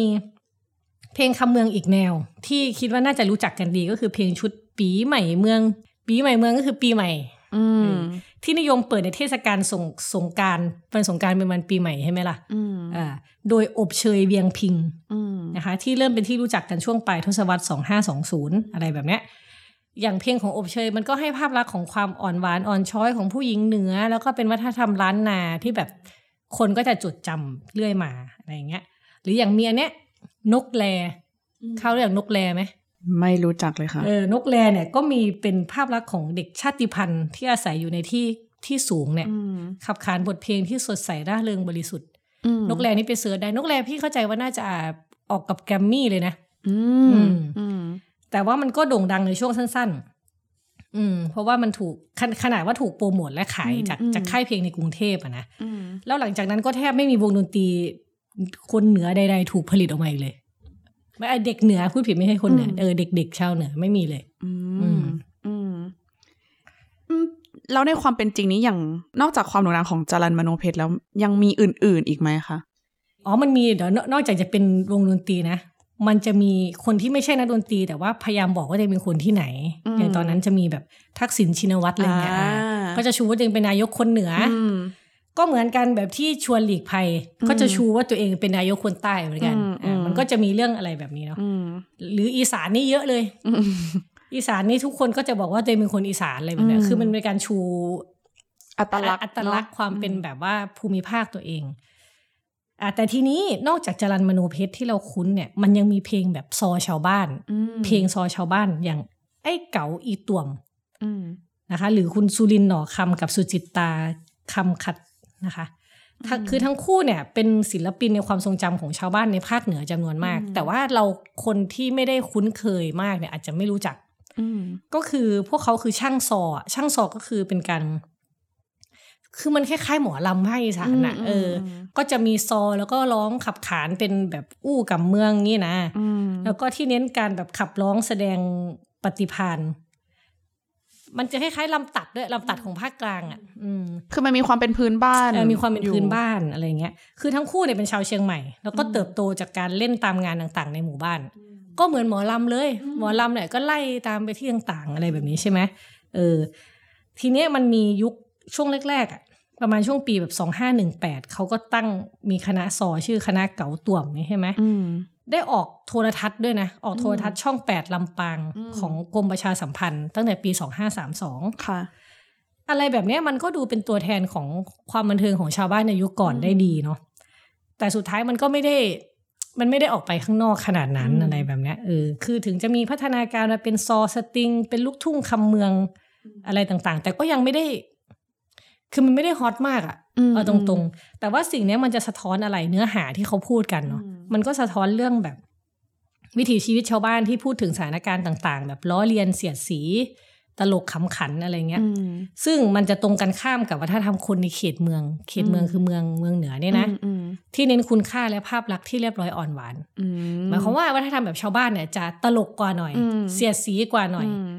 [SPEAKER 3] เพลงคำเมืองอีกแนว ที่คิดว่าน่าจะรู้จักกันดีก็คือเพลงชุดปีใหม่เมือง ปีใหม่เมืองก็คือปีใหม่
[SPEAKER 4] อืม
[SPEAKER 3] ที่นิยมเปิดในเทศกาลสงสงกรารเป็นสงกรารเป็นวันปีใหม่ใช่ไหมล่ะ
[SPEAKER 4] อืม
[SPEAKER 3] อ่าโดยอบเชยเวียงพิง
[SPEAKER 4] อืม
[SPEAKER 3] นะคะ ที่เริ่มเป็นที่รู้จักกันช่วงปลายทศวรรษ 2520 อะไรแบบเนี้ยอย่างเพลงของอบเชยมันก็ให้ภาพลักษณ์ของความอ่อนหวานอ่อนช้อยของผู้หญิงเหนือ แล้วก็เป็นวัฒนธรรมล้านนาที่แบบคนก็จะจดจำเรื่อยมาอะไรอย่างเงี้ย หรืออย่างเมียเนี้ยนกแลเข้าเรื่องนกแลไหม
[SPEAKER 4] ไม่รู้จักเลยค่ะ
[SPEAKER 3] เออนกแลเนี่ยก็มีเป็นภาพลักษณ์ของเด็กชาติพันธุ์ที่อาศัยอยู่ในที่ที่สูงเนี่ย
[SPEAKER 4] อืม
[SPEAKER 3] ขับขานบทเพลงที่สดใสร่าเริงบริสุทธิ์
[SPEAKER 4] อืม
[SPEAKER 3] นกแลนี่ไปเสิร์ชได้นกแลพี่เข้าใจว่าน่าจะออกกับแกรมมี่เลยนะ
[SPEAKER 4] อื
[SPEAKER 3] อื
[SPEAKER 4] ม
[SPEAKER 3] ม
[SPEAKER 4] อืม
[SPEAKER 3] แต่ว่ามันก็โด่งดังในช่วงสั้น ๆ อืม เพราะว่ามันถูกขนขนาดว่าถูกโปรโมทและขายจากจากค่ายเพลงในกรุงเทพอะนะ
[SPEAKER 4] อืม
[SPEAKER 3] แล้วหลังจากนั้นก็แทบไม่มีวงดนตรีคนเหนือใด ๆ ถูกผลิตออกมาอีกเลยไม่เด็กเหนือพูดผิดไม่ใช่คนเหนือเออเด็กๆชาวเหนือไม่มีเลย
[SPEAKER 4] อื
[SPEAKER 3] อื
[SPEAKER 4] ม
[SPEAKER 3] ม
[SPEAKER 4] อืมอืมแล้วในความเป็นจริงนี้อย่างนอกจากความโด่งดังของจารันมโนเพชรแล้วยังมีอื่น ๆอีกไหมคะ
[SPEAKER 3] อ๋อ มันมีเดี๋ยวนอกจากจะเป็นวงดนตรีนะ มันจะมีคนที่ไม่ใช่นักดนตรี แต่ว่าพยายามบอกว่าจะเป็นคนที่ไหน อย่างตอนนั้นจะมีแบบทักษิณชินวัตรอะไรเงี้ยอ่าก็จะชูว่าตัวเองเป็นนายกคนเหนืออ
[SPEAKER 4] อืม
[SPEAKER 3] ก็เหมือนกันแบบที่ชวนหลีกภัย
[SPEAKER 4] อืม
[SPEAKER 3] ก็จะชูว่าตัวเองเป็นนายกคนใต้เหมือนกัน
[SPEAKER 4] อืม
[SPEAKER 3] อ่า
[SPEAKER 4] อืม
[SPEAKER 3] มันก็จะมีเรื่องอะไรแบบนี้เนาะ
[SPEAKER 4] อืม
[SPEAKER 3] หรืออีสานนี่เยอะเลย
[SPEAKER 4] อืม
[SPEAKER 3] อีสานนี่ทุกคนก็จะบอกว่าตัวเองเป็นคนอีสานอะไรแบบเนี้ย
[SPEAKER 4] อืม
[SPEAKER 3] คือมันเป็นการชู
[SPEAKER 4] อัตลักษณ์
[SPEAKER 3] อัตลักษณ์
[SPEAKER 4] เนอะ
[SPEAKER 3] ความเป็นแบบว่าภูมิภาคตัวเองอ่ะแต่ทีนี้นอกจากจรันมโนเพชรที่เราคุ้นเนี่ย มันยังมีเพลงแบบซอชาวบ้าน
[SPEAKER 4] อืม
[SPEAKER 3] เพลงซอชาวบ้านอย่างไอ้เก๋าอีต่วม
[SPEAKER 4] อืม
[SPEAKER 3] นะคะ หรือคุณสุรินทร์หน่อคำกับสุจิตตาคำขัดนะคะทั้ง
[SPEAKER 4] อืม
[SPEAKER 3] คือทั้งคู่เนี่ย เป็นศิลปินในความทรงจำของชาวบ้านในภาคเหนือจำนวนมาก
[SPEAKER 4] อืม
[SPEAKER 3] แต่ว่าเราคนที่ไม่ได้คุ้นเคยมากเนี่ย อาจจะไม่รู้จัก
[SPEAKER 4] อืม
[SPEAKER 3] ก็คือพวกเขาคือช่างซออะช่างซอก็คือเป็นการ คือมันคล้ายๆหมอลำภาคอีสานน่ะ
[SPEAKER 4] อืม
[SPEAKER 3] เอออ
[SPEAKER 4] ม
[SPEAKER 3] ก็จะมีซอแล้วก็ร้องขับขานเป็นแบบอู้กับเมืองนี่นะ
[SPEAKER 4] อืม
[SPEAKER 3] แล้วก็ที่เน้นการแบบขับร้องแสดงปฏิพานมันจะคล้ายๆลำตัดด้วยลำตัดของภาคกลางอ่ะ อืม
[SPEAKER 4] คือมันมีความเป็นพื้นบ้าน
[SPEAKER 3] เออมีความเป็น
[SPEAKER 4] อยู่
[SPEAKER 3] พื้นบ้านอะไรเงี้ย คือทั้งคู่เนี่ยเป็นชาวเชียงใหม่ แล้วก็
[SPEAKER 4] อืม
[SPEAKER 3] เติบโตจากการเล่นตามงานต่างๆ ในหมู่บ้าน ก็เหมือนหมอลำเลย
[SPEAKER 4] อืม
[SPEAKER 3] หมอลำเนี่ยก็ไล่ตามไปที่ต่างๆ อะไรแบบนี้ใช่ไหมเออ ทีเนี้ยมันมียุคช่วงแรกๆอะประมาณช่วงปีแบบสองห้าหนึ่งแปดเขาก็ตั้งมีคณะซอชื่อคณะเก๋าต่วมนี่ใช่ไหม
[SPEAKER 4] อืม
[SPEAKER 3] ได้ออกโทรทัศน์ด้วยนะ ออกโทรทัศน์ช่องแปดลำปาง
[SPEAKER 4] อืม
[SPEAKER 3] ของกรมประชาสัมพันธ์ ตั้งแต่ปีสองห้าสามสอง
[SPEAKER 4] ค่ะ
[SPEAKER 3] อะไรแบบเนี้ยมันก็ดูเป็นตัวแทนของความบันเทิงของชาวบ้านในยุคก่อน
[SPEAKER 4] อืม
[SPEAKER 3] ได้ดีเนาะแต่สุดท้ายมันก็ไม่ได้ มันไม่ได้ออกไปข้างนอกขนาดนั้น
[SPEAKER 4] อืม
[SPEAKER 3] อะไรแบบเนี้ยเออคือถึงจะมีพัฒนาการมาเป็นซอสตริง เป็นลูกทุ่งคำเมืองอะไรต่างๆ แต่ก็ยังไม่ได้ คือมันไม่ได้ฮอตมากอะ
[SPEAKER 4] ม
[SPEAKER 3] เอาตรงๆ แต่ว่าสิ่งเนี้ยมันจะสะท้อนอะไรเนื้อหาที่เขาพูดกันเนาะ
[SPEAKER 4] อืม
[SPEAKER 3] มันก็สะท้อนเรื่องแบบ วิถีชีวิตชาวบ้านที่พูดถึงสถานการณ์ต่าง ๆ แบบล้อเลียนเสียดสี ตลกขำขันอะไรเงี้ย
[SPEAKER 4] อืม
[SPEAKER 3] ซึ่งมันจะตรงกันข้ามกับวัฒนธรรมคนในเขตเมือง เขตเมือง
[SPEAKER 4] อืม
[SPEAKER 3] คือเมืองเมืองเหนือเนี่ยนะ
[SPEAKER 4] อืม
[SPEAKER 3] ที่เน้นคุณค่าและภาพลักษณ์ที่เรียบร้อยอ่อนหวาน
[SPEAKER 4] อื
[SPEAKER 3] หมายความว่าวัฒนธรรมแบบชาวบ้านเนี่ยจะตลกกว่าหน่อย
[SPEAKER 4] อืม
[SPEAKER 3] เสียดสีกว่าหน่อย
[SPEAKER 4] ม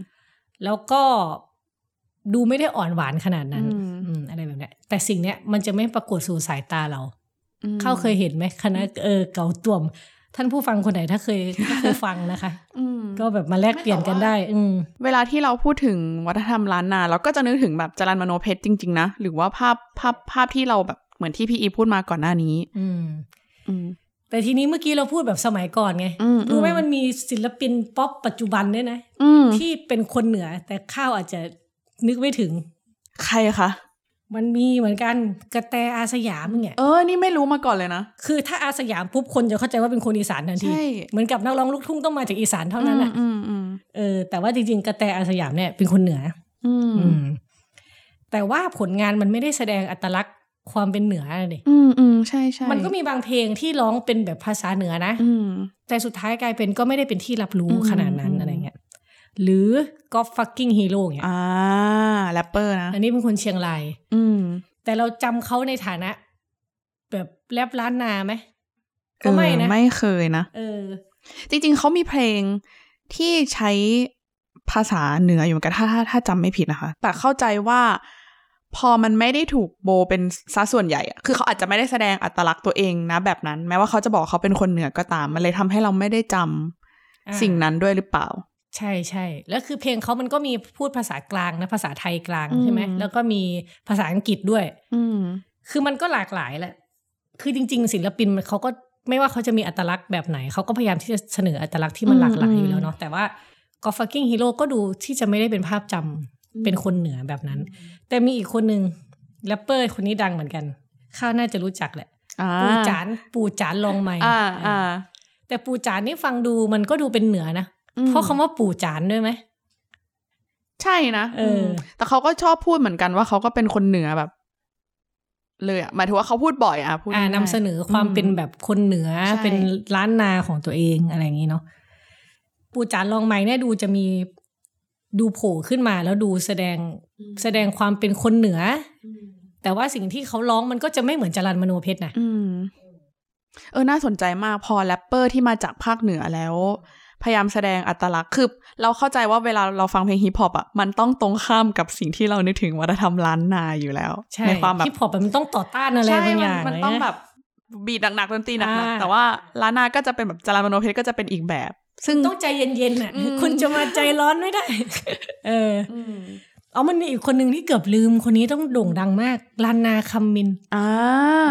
[SPEAKER 3] แล้วก็ดูไม่ได้อ่อนหวานขนาดนั้น
[SPEAKER 4] อืม
[SPEAKER 3] อืมอะไรแบบเนี้ยแต่สิ่งเนี้ยมันจะไม่ปรากฏสู่สายตาเรา
[SPEAKER 4] อืม
[SPEAKER 3] เข้าเคยเห็นไหมคณะเออเก่าต่วม ท่านผู้ฟังคนไหนถ้าเคย ถ้าเคยฟังนะคะ
[SPEAKER 4] อืม
[SPEAKER 3] ก็แบบมาแลกเปลี่ยนกันได้ อืม
[SPEAKER 4] เวลาที่เราพูดถึงวัฒนธรรมล้านนาเราก็จะนึกถึงแบบจรันมโนเพชรจริง ๆ นะ หรือว่าภาพภาพภาพที่เราแบบเหมือนที่พี่อีพูดมาก่อนหน้านี้
[SPEAKER 3] อืม
[SPEAKER 4] อืม
[SPEAKER 3] แต่ทีนี้เมื่อกี้เราพูดแบบสมัยก่อนไง
[SPEAKER 4] อืม
[SPEAKER 3] รู้ไหม
[SPEAKER 4] อืม
[SPEAKER 3] มันมีศิลปินป๊อปปัจจุบันด้วยนะ
[SPEAKER 4] อืม
[SPEAKER 3] ที่เป็นคนเหนือแต่ข้าวอาจจะนึกไม่ถึง
[SPEAKER 4] ใครคะ
[SPEAKER 3] มันมีเหมือนกันกระแตอาสยามเนี่ย
[SPEAKER 4] เออ นี่ไม่รู้มาก่อนเลยนะ
[SPEAKER 3] คือถ้าอาสยามปุ๊บคนจะเข้าใจว่าเป็นคนอีสานทันที
[SPEAKER 4] ใช่
[SPEAKER 3] เหมือนกับนักร้องลูกทุ่งต้องมาจากอีสานเท่านั้น
[SPEAKER 4] อ่ะ
[SPEAKER 3] อ่ะ
[SPEAKER 4] อืมอืม
[SPEAKER 3] เออแต่ว่าจริงๆกระแตอาสยามเนี่ยเป็นคนเหนือ
[SPEAKER 4] อื
[SPEAKER 3] อ
[SPEAKER 4] ม
[SPEAKER 3] อืม แต่ว่าผลงานมันไม่ได้แสดงอัตลักษณ์ความเป็นเหนือเลย
[SPEAKER 4] อืมอืมใช่ใช่
[SPEAKER 3] มันก็มีบางเพลงที่ร้องเป็นแบบภาษาเหนือนะ
[SPEAKER 4] อืม
[SPEAKER 3] แต่สุดท้ายกลายเป็นก็ไม่ได้เป็นที่รับรู้
[SPEAKER 4] อืม
[SPEAKER 3] ขนาดนั้น
[SPEAKER 4] อืม
[SPEAKER 3] อะไรเงี้ยหรือก็ฟักกิ้งฮีโร่เงี้ย
[SPEAKER 4] อ่าแรปเปอร์นะ
[SPEAKER 3] อันนี้เป็นคนเชียงราย
[SPEAKER 4] อืม
[SPEAKER 3] แต่เราจำเขาในฐานะ แบบแรปล้านนาไหม
[SPEAKER 4] เอ
[SPEAKER 3] ก็
[SPEAKER 4] อ
[SPEAKER 3] ไม่นะ
[SPEAKER 4] ไม่เคยนะ
[SPEAKER 3] เออ
[SPEAKER 4] จริงๆ เขามีเพลงที่ใช้ภาษาเหนืออยู่เหมือนกันถ้าถ้าถ้าจำไม่ผิดนะคะ แต่เข้าใจว่าพอมันไม่ได้ถูกโบเป็นซะส่วนใหญ่อะคือเขาอาจจะไม่ได้แสดงอัตลักษณ์ตัวเองนะแบบนั้น แม้ว่าเขาจะบอกเขาเป็นคนเหนือก็ตาม มันเลยทำให้เราไม่ได้จำ
[SPEAKER 3] อ่า
[SPEAKER 4] สิ่งนั้นด้วยหรือเปล่า
[SPEAKER 3] ใช่ใช่แล้วคือเพลงเขามันก็มีพูดภาษากลางนะภาษาไทยกลางใช่ไหม
[SPEAKER 4] อืม
[SPEAKER 3] แล้วก็มีภาษาอังกฤษด้วย
[SPEAKER 4] อืม
[SPEAKER 3] คือมันก็หลากหลายแหละ คือจริง ๆ ศิลปินมันเขาก็ไม่ว่าเขาจะมีอัตลักษณ์แบบไหน เขาก็พยายามที่จะเสนออัตลักษณ์ที่มันหลากหลายอยู่แล้วเนาะแต่ว่า God Fucking Hero ก็ดูที่จะไม่ได้เป็นภาพจำเป็นคนเหนือแบบนั้น แต่มีอีกคนหนึ่งแรปเปอร์คนนี้ดังเหมือนกัน ข้าวน่าจะรู้จักแหละ
[SPEAKER 4] อ่า
[SPEAKER 3] ปูจานปูจานลองไหม
[SPEAKER 4] อ่าอ่า
[SPEAKER 3] แต่ปูจานนี่ฟังดูมันก็ดูเป็นเหนือนะ
[SPEAKER 4] อืม
[SPEAKER 3] เพราะคำว่าปูจานด้วยไหม
[SPEAKER 4] ใช่นะ
[SPEAKER 3] เอออื
[SPEAKER 4] มแต่เขาก็ชอบพูดเหมือนกันว่าเขาก็เป็นคนเหนือแบบ เลยอะหมายถึงว่าเขาพูดบ่อยอะพูด
[SPEAKER 3] อ่า
[SPEAKER 4] ง่ยๆ
[SPEAKER 3] นำเสนอความเป็นแบบคนเหนือ
[SPEAKER 4] ใช่
[SPEAKER 3] เป็นล้านนาของตัวเองอะไรอย่างนี้เนาะปูจานลองไหมเนี่ยดูจะมีดูโผล่ขึ้นมาแล้วดูแสดงแสดงความเป็นคนเหนืออแต่ว่าสิ่งที่เขาร้องมันก็จะไม่เหมือนจรันมโนเพชรนะ
[SPEAKER 4] อืม เออ น่าสนใจมากพอแรปเปอร์ที่มาจากภาคเหนือแล้ว พยายามแสดงอัตลักษณ์คือเราเข้าใจว่าเวลาเราฟังเพลงฮิปฮอปอ่ะ มันต้องตรงข้ามกับสิ่งที่เรานึกถึงวัฒนธรรมล้านนาอยู่แล้ว
[SPEAKER 3] ใช่
[SPEAKER 4] ความแบบ
[SPEAKER 3] ฮิปฮอปมันต้องต่อต้านอะไร
[SPEAKER 4] ใช่
[SPEAKER 3] บาง
[SPEAKER 4] มั
[SPEAKER 3] อย่าง
[SPEAKER 4] มัน
[SPEAKER 3] นะ
[SPEAKER 4] ต้องแบบบีดหนักๆดนตรีหนัก
[SPEAKER 3] อ่า
[SPEAKER 4] ๆแต่ว่าล้านนาก็จะเป็นแบบจารามโนเพชรก็จะเป็นอีกแบบ ซึ่ง
[SPEAKER 3] ต้องใจเย็นๆน่ะ
[SPEAKER 4] อืม
[SPEAKER 3] คุณจะมาใจร้อนไม่ได้ เออ
[SPEAKER 4] อืม
[SPEAKER 3] เอามันมีอีกคนหนึ่งที่เกือบลืมคนนี้ต้องโด่งดังมากลานนาคัมมิน
[SPEAKER 4] อ่า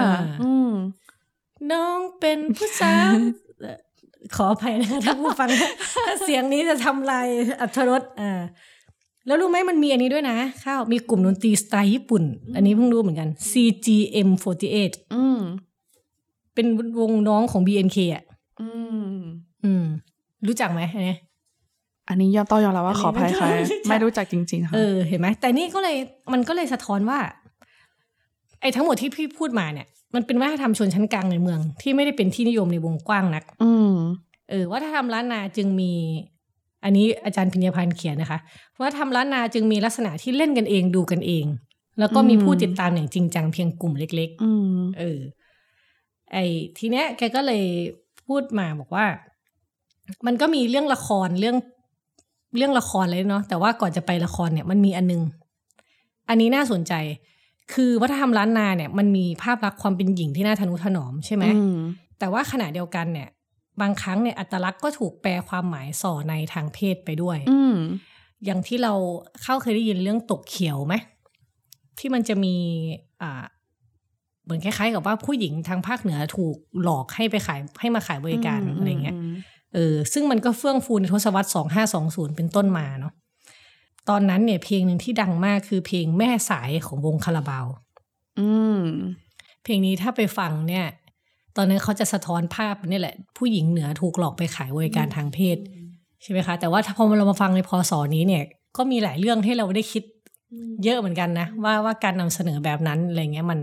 [SPEAKER 3] อ่า
[SPEAKER 4] อืม
[SPEAKER 3] น้องเป็นผู้สาว เอ่อขออภัยนะคะถ้าผู้ฟัง ถ้าเสียงนี้จะทำลายอัธรสอ่าแล้วรู้ไหมมันมีอันนี้ด้วยนะ ข้าวมีกลุ่มดนตรีสไตล์ญี่ปุ่น อันนี้เพิ่งรู้เหมือนกัน CGM48
[SPEAKER 4] อืม
[SPEAKER 3] เป็นวงน้องของ BNK อ่ะ
[SPEAKER 4] อืม
[SPEAKER 3] อืม รู้จักไหมอันเนี้ย
[SPEAKER 4] อันนี้ยอมต้องยอมรับว่าขออภัยค่ะ
[SPEAKER 3] อันนี้ ไม่
[SPEAKER 4] ไม่รู้จักจริงๆค่ะ
[SPEAKER 3] เออเห็นไหมแต่นี่ก็เลยมันก็เลยสะท้อนว่า ไอ้ทั้งหมดที่พี่พูดมาเนี่ย มันเป็นวัฒนธรรมชนชั้นกลางในเมือง ที่ไม่ได้เป็นที่นิยมในวงกว้างนัก
[SPEAKER 4] อืม
[SPEAKER 3] เออวัฒนธรรมล้านนาจึงมี อันนี้อาจารย์พิญญาพันธ์เขียนนะคะวัฒนธรรมล้านนาจึงมีลักษณะที่เล่นกันเองดูกันเอง แล้วก็มี
[SPEAKER 4] อืม
[SPEAKER 3] ผู้ติดตามอย่างจริงจังเพียงกลุ่มเล็ก
[SPEAKER 4] อืม
[SPEAKER 3] ๆ เออ ไอทีเนี้ยแกก็เลยพูดมาบอกว่า มันก็มีเรื่องละครเรื่องเรื่องละครเลยเนาะแต่ว่าก่อนจะไปละครเนี่ย มันมีอันนึง อันนี้น่าสนใจ คือวัฒนธรรมล้านนาเนี่ย มันมีภาพลักษณ์ความเป็นหญิงที่น่าทะนุถนอมใช่ไหม
[SPEAKER 4] อืม
[SPEAKER 3] แต่ว่าขณะเดียวกันเนี่ย บางครั้งเนี่ยอัตลักษณ์ก็ถูกแปลความหมายส่อในทางเพศไปด้วย
[SPEAKER 4] อืม
[SPEAKER 3] อย่างที่เราเข้าเคยได้ยินเรื่องตกเขียวไหมที่มันจะมีอ่าเหมือนคล้ายๆ กับว่าผู้หญิงทางภาคเหนือถูกหลอกให้ไปขายให้มาขายบริการอะไรเงี้ย เออซึ่งมันก็เฟื่องฟูในทศวรรษ 2520 เป็นต้นมาเนาะตอนนั้นเนี่ยเพลงหนึ่งที่ดังมากคือเพลงแม่สายของวงคาราบาว
[SPEAKER 4] อืม
[SPEAKER 3] เพลงนี้ถ้าไปฟังเนี่ย ตอนนั้นเขาจะสะท้อนภาพนี่แหละ ผู้หญิงเหนือถูกหลอกไปขายบริการทางเพศ ใช่ไหมคะ แต่ว่าถ้าพอเรามาฟังในพศนี้เนี่ย ก็มีหลายเรื่องให้เราได้คิดเยอะเหมือนกันนะ ว่าว่าการนำเสนอแบบนั้นอะไรเงี้ยมัน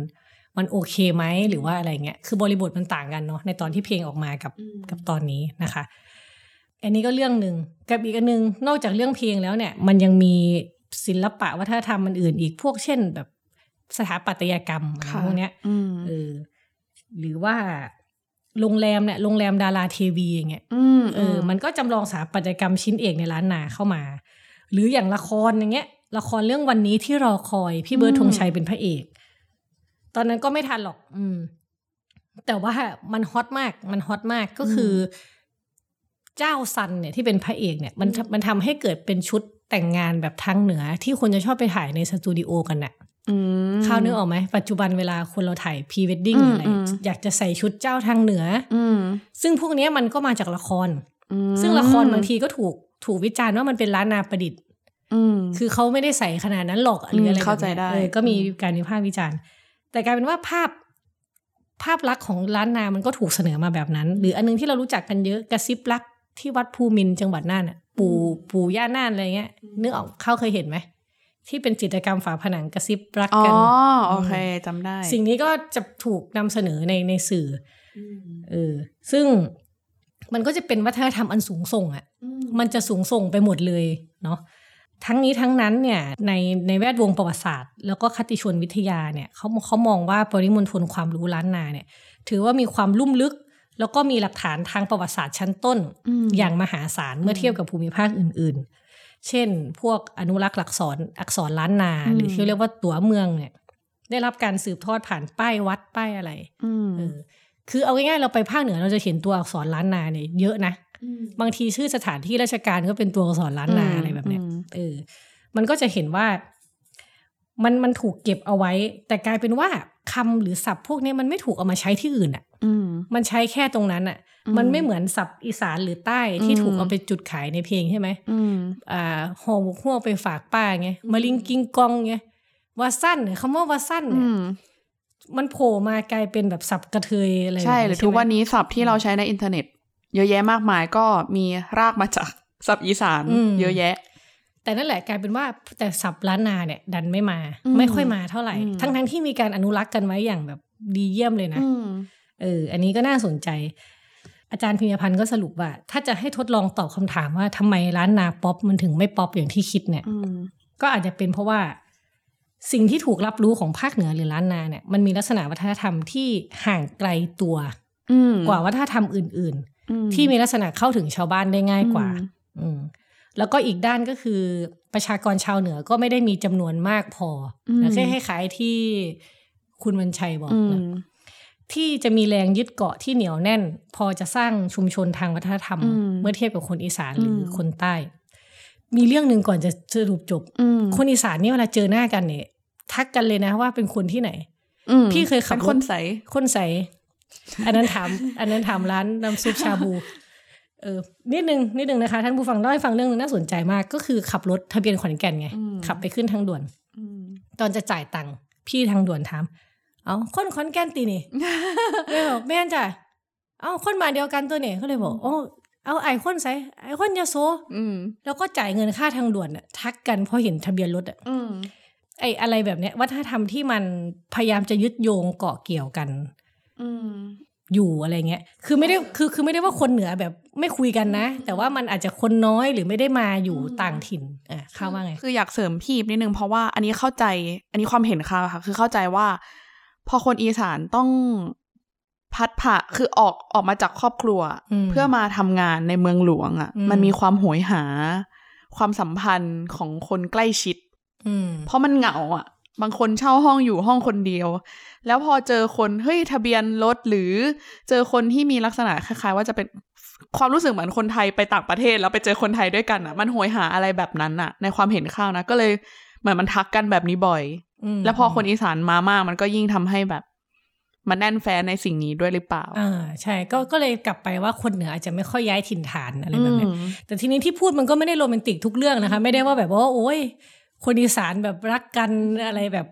[SPEAKER 3] มันโอเคไหมหรือว่าอะไรเงี้ยคือบริบทมันต่างกันเนาะในตอนที่เพลงออกมากับกับตอนนี้นะคะ อันนี้ก็เรื่องหนึ่งกับอีกอันหนึงนอกจากเรื่องเพลงแล้วเนี่ย มันยังมีศิลปะวัฒนธรรมมันอื่นอีกพวกเช่น แบบสถาปัตยกรรมอะไร
[SPEAKER 4] ค่ะ
[SPEAKER 3] พวกเนี้ย
[SPEAKER 4] อืม
[SPEAKER 3] เออหรือว่าโรงแรมเนี่ยโรงแรมดาราเทวีอย่างเงี้ย
[SPEAKER 4] อืม
[SPEAKER 3] เออมันก็จำลองสถาปัตยกรรมชิ้นเอกในร้านนาเข้ามา หรืออย่างละครอย่างเงี้ย ละครเรื่องวันนี้ที่รอคอย พี่เบิร์ดธงชัยเป็นพระเอก ตอนนั้นก็ไม่ทันหรอก อืม แต่ว่ามันฮอตมาก มันฮอตมากก็คืออเจ้าซันเนี่ยที่เป็นพระเอกเนี่ย มันทำมันทำให้เกิดเป็นชุดแต่งงานแบบทางเหนือ ที่คนจะชอบไปถ่ายในสตูดิโอกันน่ะ
[SPEAKER 4] อืม
[SPEAKER 3] ข้าวนึกออกไหมปัจจุบันเวลาคนเราถ่ายพรีเวดดิ้ง
[SPEAKER 4] อืม
[SPEAKER 3] อะไร
[SPEAKER 4] อืม
[SPEAKER 3] อยากจะใส่ชุดเจ้าทางเหนืออ
[SPEAKER 4] อืม
[SPEAKER 3] ซึ่งพวกเนี้ยมันก็มาจากละคร
[SPEAKER 4] อืม
[SPEAKER 3] ซึ่งละครบางทีก็ถูกถูกวิจารณ์ว่ามันเป็นล้านนาประดิษฐ์
[SPEAKER 4] อืม
[SPEAKER 3] คือเขาไม่ได้ใส่ขนาดนั้นหรอกหรืออะไร
[SPEAKER 4] อืมเข้าใจได้
[SPEAKER 3] แบบนี้ยเออก็มีการวิพากษ์วิจารณ์ แต่กลายเป็นว่าภาพภาพลักษณ์ของล้านนามันก็ถูกเสนอมาแบบนั้น หรืออันนึงที่เรารู้จักกันเยอะกระซิบรักที่วัดภูมินทร์จังหวัดน่านน่ะ ปู่ปู่ย่าน่านอะไรเงี้ยนึกออกเข้าเคยเห็นไหมที่เป็นจิตรกรรมฝาผนังกระซิบรัก
[SPEAKER 4] อ๋อ
[SPEAKER 3] กัน
[SPEAKER 4] โอเคจำได้
[SPEAKER 3] สิ่งนี้ก็จะถูกนำเสนอในในสื่อ
[SPEAKER 4] อืม
[SPEAKER 3] เออซึ่งมันก็จะเป็นวัฒนธรรมอันสูงส่งอะ
[SPEAKER 4] อืม
[SPEAKER 3] มันจะสูงส่งไปหมดเลยเนาะทั้งนี้ทั้งนั้นเนี่ยในในแวดวงประวัติศาสตร์ แล้วก็คติชนวิทยาเนี่ยเขาเขามองว่าปริมณฑลความรู้ล้านนาเนี่ย ถือว่ามีความลุ่มลึก แล้วก็มีหลักฐานทางประวัติศาสตร์ชั้นต้น
[SPEAKER 4] อืม
[SPEAKER 3] อย่างมหาศาลเมื่อเทียบกับภูมิภาคอื่น ๆ เช่น พวกอนุรักษ์หลักษรอักษรล้านนา หรือที่เรียกว่าตัวเมืองเนี่ย ได้รับการสืบทอดผ่านป้ายวัดป้ายอะไร
[SPEAKER 4] อืม
[SPEAKER 3] เออคือเอาง่ายๆเราไปภาคเหนือเราจะเห็นตัวอักษรล้านนาเนี่ยเยอะนะ บางทีชื่อสถานที่ราชการก็เป็นตัวอักษรล้านนาอะไรแบบเนี้ย
[SPEAKER 4] ม
[SPEAKER 3] เออ มันก็จะเห็นว่า มันมันถูกเก็บเอาไว้ แต่กลายเป็นว่าคำหรือศัพท์พวกเนี้ยมันไม่ถูกเอามาใช้ที่อื่นอ่ะ
[SPEAKER 4] อืม
[SPEAKER 3] มันใช้แค่ตรงนั้นอ่ะ
[SPEAKER 4] อืม
[SPEAKER 3] มันไม่เหมือนศัพท์อีสานหรือใต้ที่
[SPEAKER 4] อืม
[SPEAKER 3] ถูกเอาไปจุดขายในเพลงใช่ไหม
[SPEAKER 4] อืม
[SPEAKER 3] อ่าห่อหมกหัวไปฝากป้าไงมาลิงกิงกองไงวาสั้นเนี่ยคำว่าวาสั้นเนี่ย
[SPEAKER 4] อืม
[SPEAKER 3] มันโผล่มากลายเป็นแบบศัพท์กระเทยอะไรแบบ
[SPEAKER 4] ใช่
[SPEAKER 3] นี้
[SPEAKER 4] หรือ
[SPEAKER 3] ใช่
[SPEAKER 4] ทุก
[SPEAKER 3] ไม
[SPEAKER 4] วันนี้ศัพท์ที่เราใช้ในอินเทอร์เน็ต เยอะแยะมากมายก็มีรากมาจาก ศัพท์อีสาน
[SPEAKER 3] อืม
[SPEAKER 4] เยอะแยะ
[SPEAKER 3] แต่นั่นแหละกลายเป็นว่าแต่สับล้านนาเนี่ย ดันไม่มา
[SPEAKER 4] อืม
[SPEAKER 3] ไม่ค่อยมาเท่าไหร่
[SPEAKER 4] อืม
[SPEAKER 3] ทั้งทั้งๆที่มีการอนุรักษ์กันไว้อย่างแบบดีเยี่ยมเลยนะ
[SPEAKER 4] อืม
[SPEAKER 3] เอออันนี้ก็น่าสนใจ อาจารย์พิมยพันธ์ก็สรุปว่า ถ้าจะให้ทดลองตอบคำถามว่าทำไมร้านนาป๊อปมันถึงไม่ป๊อปอย่างที่คิดเนี่ย
[SPEAKER 4] อืม
[SPEAKER 3] ก็อาจจะเป็นเพราะว่า สิ่งที่ถูกรับรู้ของภาคเหนือหรือล้านนาเนี่ย มันมีลักษณะวัฒนธรรมที่ห่างไกลตัว
[SPEAKER 4] อืม
[SPEAKER 3] กว่าวัฒนธรรมอื่น
[SPEAKER 4] อื
[SPEAKER 3] ๆ ที่มีลักษณะเข้าถึงชาวบ้านได้ง่ายกว่า อืมแล้วก็อีกด้านก็คือประชากรชาวเหนือก็ไม่ได้มีจำนวนมากพอ
[SPEAKER 4] อืม
[SPEAKER 3] นะแค่ให้ขายที่คุณวันชัยบอก
[SPEAKER 4] อืม
[SPEAKER 3] นะที่จะมีแรงยึดเกาะที่เหนียวแน่น พอจะสร้างชุมชนทางวัฒนธรรม
[SPEAKER 4] อืม
[SPEAKER 3] เมื่อเทียบกับคนอีสานหรืออ
[SPEAKER 4] ม
[SPEAKER 3] คนใต้ มีเรื่องหนึ่งก่อนจะสรุปจบ
[SPEAKER 4] อืม
[SPEAKER 3] คนอีสานเนี่ยเวลาเจอหน้ากันเนี่ย ทักกันเลยนะว่าเป็นคนที่ไหน
[SPEAKER 4] อืม
[SPEAKER 3] พี่เคยขับรถ
[SPEAKER 4] เป็นคนใส
[SPEAKER 3] คนใส อันนั้นถาม อันนั้นถามร้านน้ำซุปชาบู เออนิดนึงนิดนึงนะคะ ท่านผู้ฟังเล่าให้ฟังเรื่องนึงน่าสนใจมาก ก็คือขับรถทะเบียนขอนแก่นไง
[SPEAKER 4] อืม
[SPEAKER 3] ขับไปขึ้นทางด่วน
[SPEAKER 4] อืม
[SPEAKER 3] ตอนจะจ่ายตังค์พี่ทางด่วนถาม เอาคนขอนแก่นตีนี่ เลยบอกแม่นจ้ะเอาคนมาเดียวกันตัวเนี่ยก็เลยบอกโอ้เอาไอ้คนใสไอ้คนยาโซ
[SPEAKER 4] อืม
[SPEAKER 3] แล้วก็จ่ายเงินค่าทางด่วนน่ะทักกันเพราะเห็นทะเบียนรถอะ
[SPEAKER 4] อืม
[SPEAKER 3] ไออะไรแบบเนี้ยวัฒนธรรมที่มันพยายามจะยึดโยงเกาะเกี่ยวกัน
[SPEAKER 4] อืม
[SPEAKER 3] อยู่อะไรเงี้ย คือไม่ได้ คือ คือไม่ได้ว่าคนเหนือแบบไม่คุยกันนะ แต่ว่ามันอาจจะคนน้อยหรือไม่ได้มาอยู่ต่างถิ่นอ่ะข้าวว่าไง
[SPEAKER 4] คืออยากเสริมพีบนิดนึงเพราะว่าอันนี้เข้าใจ อันนี้ความเห็นค่ะค่ะ คือเข้าใจว่า พอคนอีสานต้องพัดผ่าคือออกออกมาจากครอบครัว
[SPEAKER 3] อืม
[SPEAKER 4] เพื่อมาทำงานในเมืองหลวงอะ่ะ
[SPEAKER 3] อืม
[SPEAKER 4] มันมีความโหยหา ความสัมพันธ์ของคนใกล้ชิด
[SPEAKER 3] อืม
[SPEAKER 4] เพราะมันเหงาอะ่ะ บางคนเช่าห้องอยู่ห้องคนเดียว แล้วพอเจอคนเฮ้ยทะเบียนรถหรือเจอคนที่มีลักษณะคล้าย ๆ ว่าจะเป็นความรู้สึกเหมือนคนไทยไปต่างประเทศแล้วไปเจอคนไทยด้วยกันอะ่ะ มันโหยหาอะไรแบบนั้นอะ่ะ ในความเห็นข้าวนะก็เลยเหมือนมันทักกันแบบนี้บ่อย
[SPEAKER 3] ม
[SPEAKER 4] แล้วพอคนอีสานมามากมันก็ยิ่งทำให้แบบ มันแน่นแฟนในสิ่งนี้ด้วยหรือเปล่า
[SPEAKER 3] อ่าใช่ ก็ ก็เลยกลับไปว่าคนเหนืออาจจะไม่ค่อยย้ายถิ่นฐานอะไร
[SPEAKER 4] อื
[SPEAKER 3] แบบ
[SPEAKER 4] ม
[SPEAKER 3] เนี้ยแต่ทีนี้ที่พูดมันก็ไม่ได้โรแมนติกทุกเรื่องนะคะ ไม่ได้ว่าแบบว่าโอ้ย คนอีสานแบบรักกันอะไรแบบ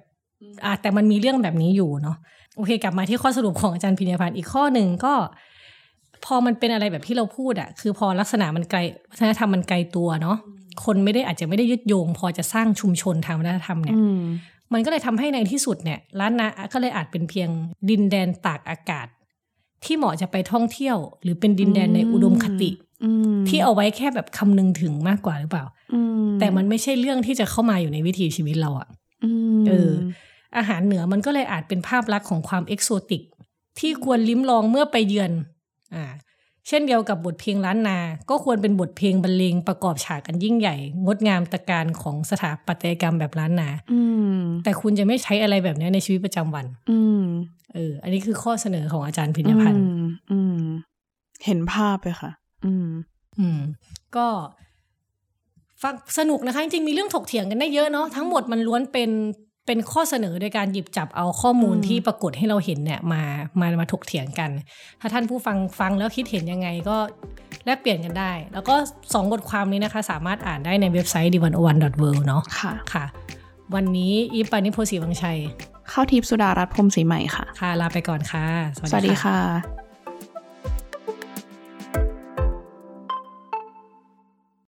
[SPEAKER 3] อ่าแต่มันมีเรื่องแบบนี้อยู่เนาะโอเค กลับมาที่ข้อสรุปของอาจารย์พิญญาพันธ์อีกข้อหนึ่งก็ พอมันเป็นอะไรแบบที่เราพูดอะคือพอลักษณะมันไกลวัฒนธรรมมันไกลตัวเนาะคนไม่ได้อาจจะไม่ได้ยึดโยง พอจะสร้างชุมชนทางวัฒนธรรมเนี่ย
[SPEAKER 4] อืม
[SPEAKER 3] มันก็เลยทำให้ในที่สุดเนี่ยร้านนาก็เลยอาจเป็นเพียงดินแดนตากอากาศ ที่เหมาะจะไปท่องเที่ยว หรือเป็นดินแดนในอุดมคติ
[SPEAKER 4] อืม
[SPEAKER 3] ที่เอาไว้แค่แบบคำนึงถึงมากกว่าหรือเปล่า
[SPEAKER 4] อื
[SPEAKER 3] แต่มันไม่ใช่เรื่องที่จะเข้ามาอยู่ในวิถีชีวิตเราอะ
[SPEAKER 4] อืม
[SPEAKER 3] เออ อาหารเหนือมันก็เลยอาจเป็นภาพลักษณ์ของความเอกโซติก ที่ควรลิ้มลองเมื่อไปเยือน อ่า เช่นเดียวกับบทเพลงล้านนา ก็ควรเป็นบทเพลงบรรเลงประกอบฉากกันยิ่งใหญ่ งดงามตระการของสถาปัตยกรรมแบบล้านนา
[SPEAKER 4] อืม
[SPEAKER 3] แต่คุณจะไม่ใช้อะไรแบบเนี้ยในชีวิตประจำวัน
[SPEAKER 4] อืม
[SPEAKER 3] เออ อันนี้คือข้อเสนอของอาจารย์พิญญพันธ์
[SPEAKER 4] อืมอืม เห็นภาพเลยค่ะ อืม
[SPEAKER 3] อืม ก็ฟังสนุกนะคะ จริงๆมีเรื่องถกเถียงกันได้เยอะเนาะทั้งหมดมันล้วนเป็นเป็นข้อเสนอโดยการหยิบจับเอาข้อมูล
[SPEAKER 4] อืม
[SPEAKER 3] ที่ปรากฏให้เราเห็นเนี่ยมามามาถกเถียงกัน ถ้าท่านผู้ฟังฟังแล้วคิดเห็นยังไงก็แลกเปลี่ยนกันได้ แล้วก็สองบทความนี้นะคะ สามารถอ่านได้ในเว็บไซต์ d 1 0 1 w o r l d เนาะ
[SPEAKER 4] ค่ะ
[SPEAKER 3] ค่ะ วันนี้อีฟปานิโพสีวังชัย
[SPEAKER 4] เข้าทิพย์สุดารัตน์พรหมศรีใหม่ค่ะ
[SPEAKER 3] ค่ะลาไปก่อนค่ะ
[SPEAKER 4] สวัสดีค่ะ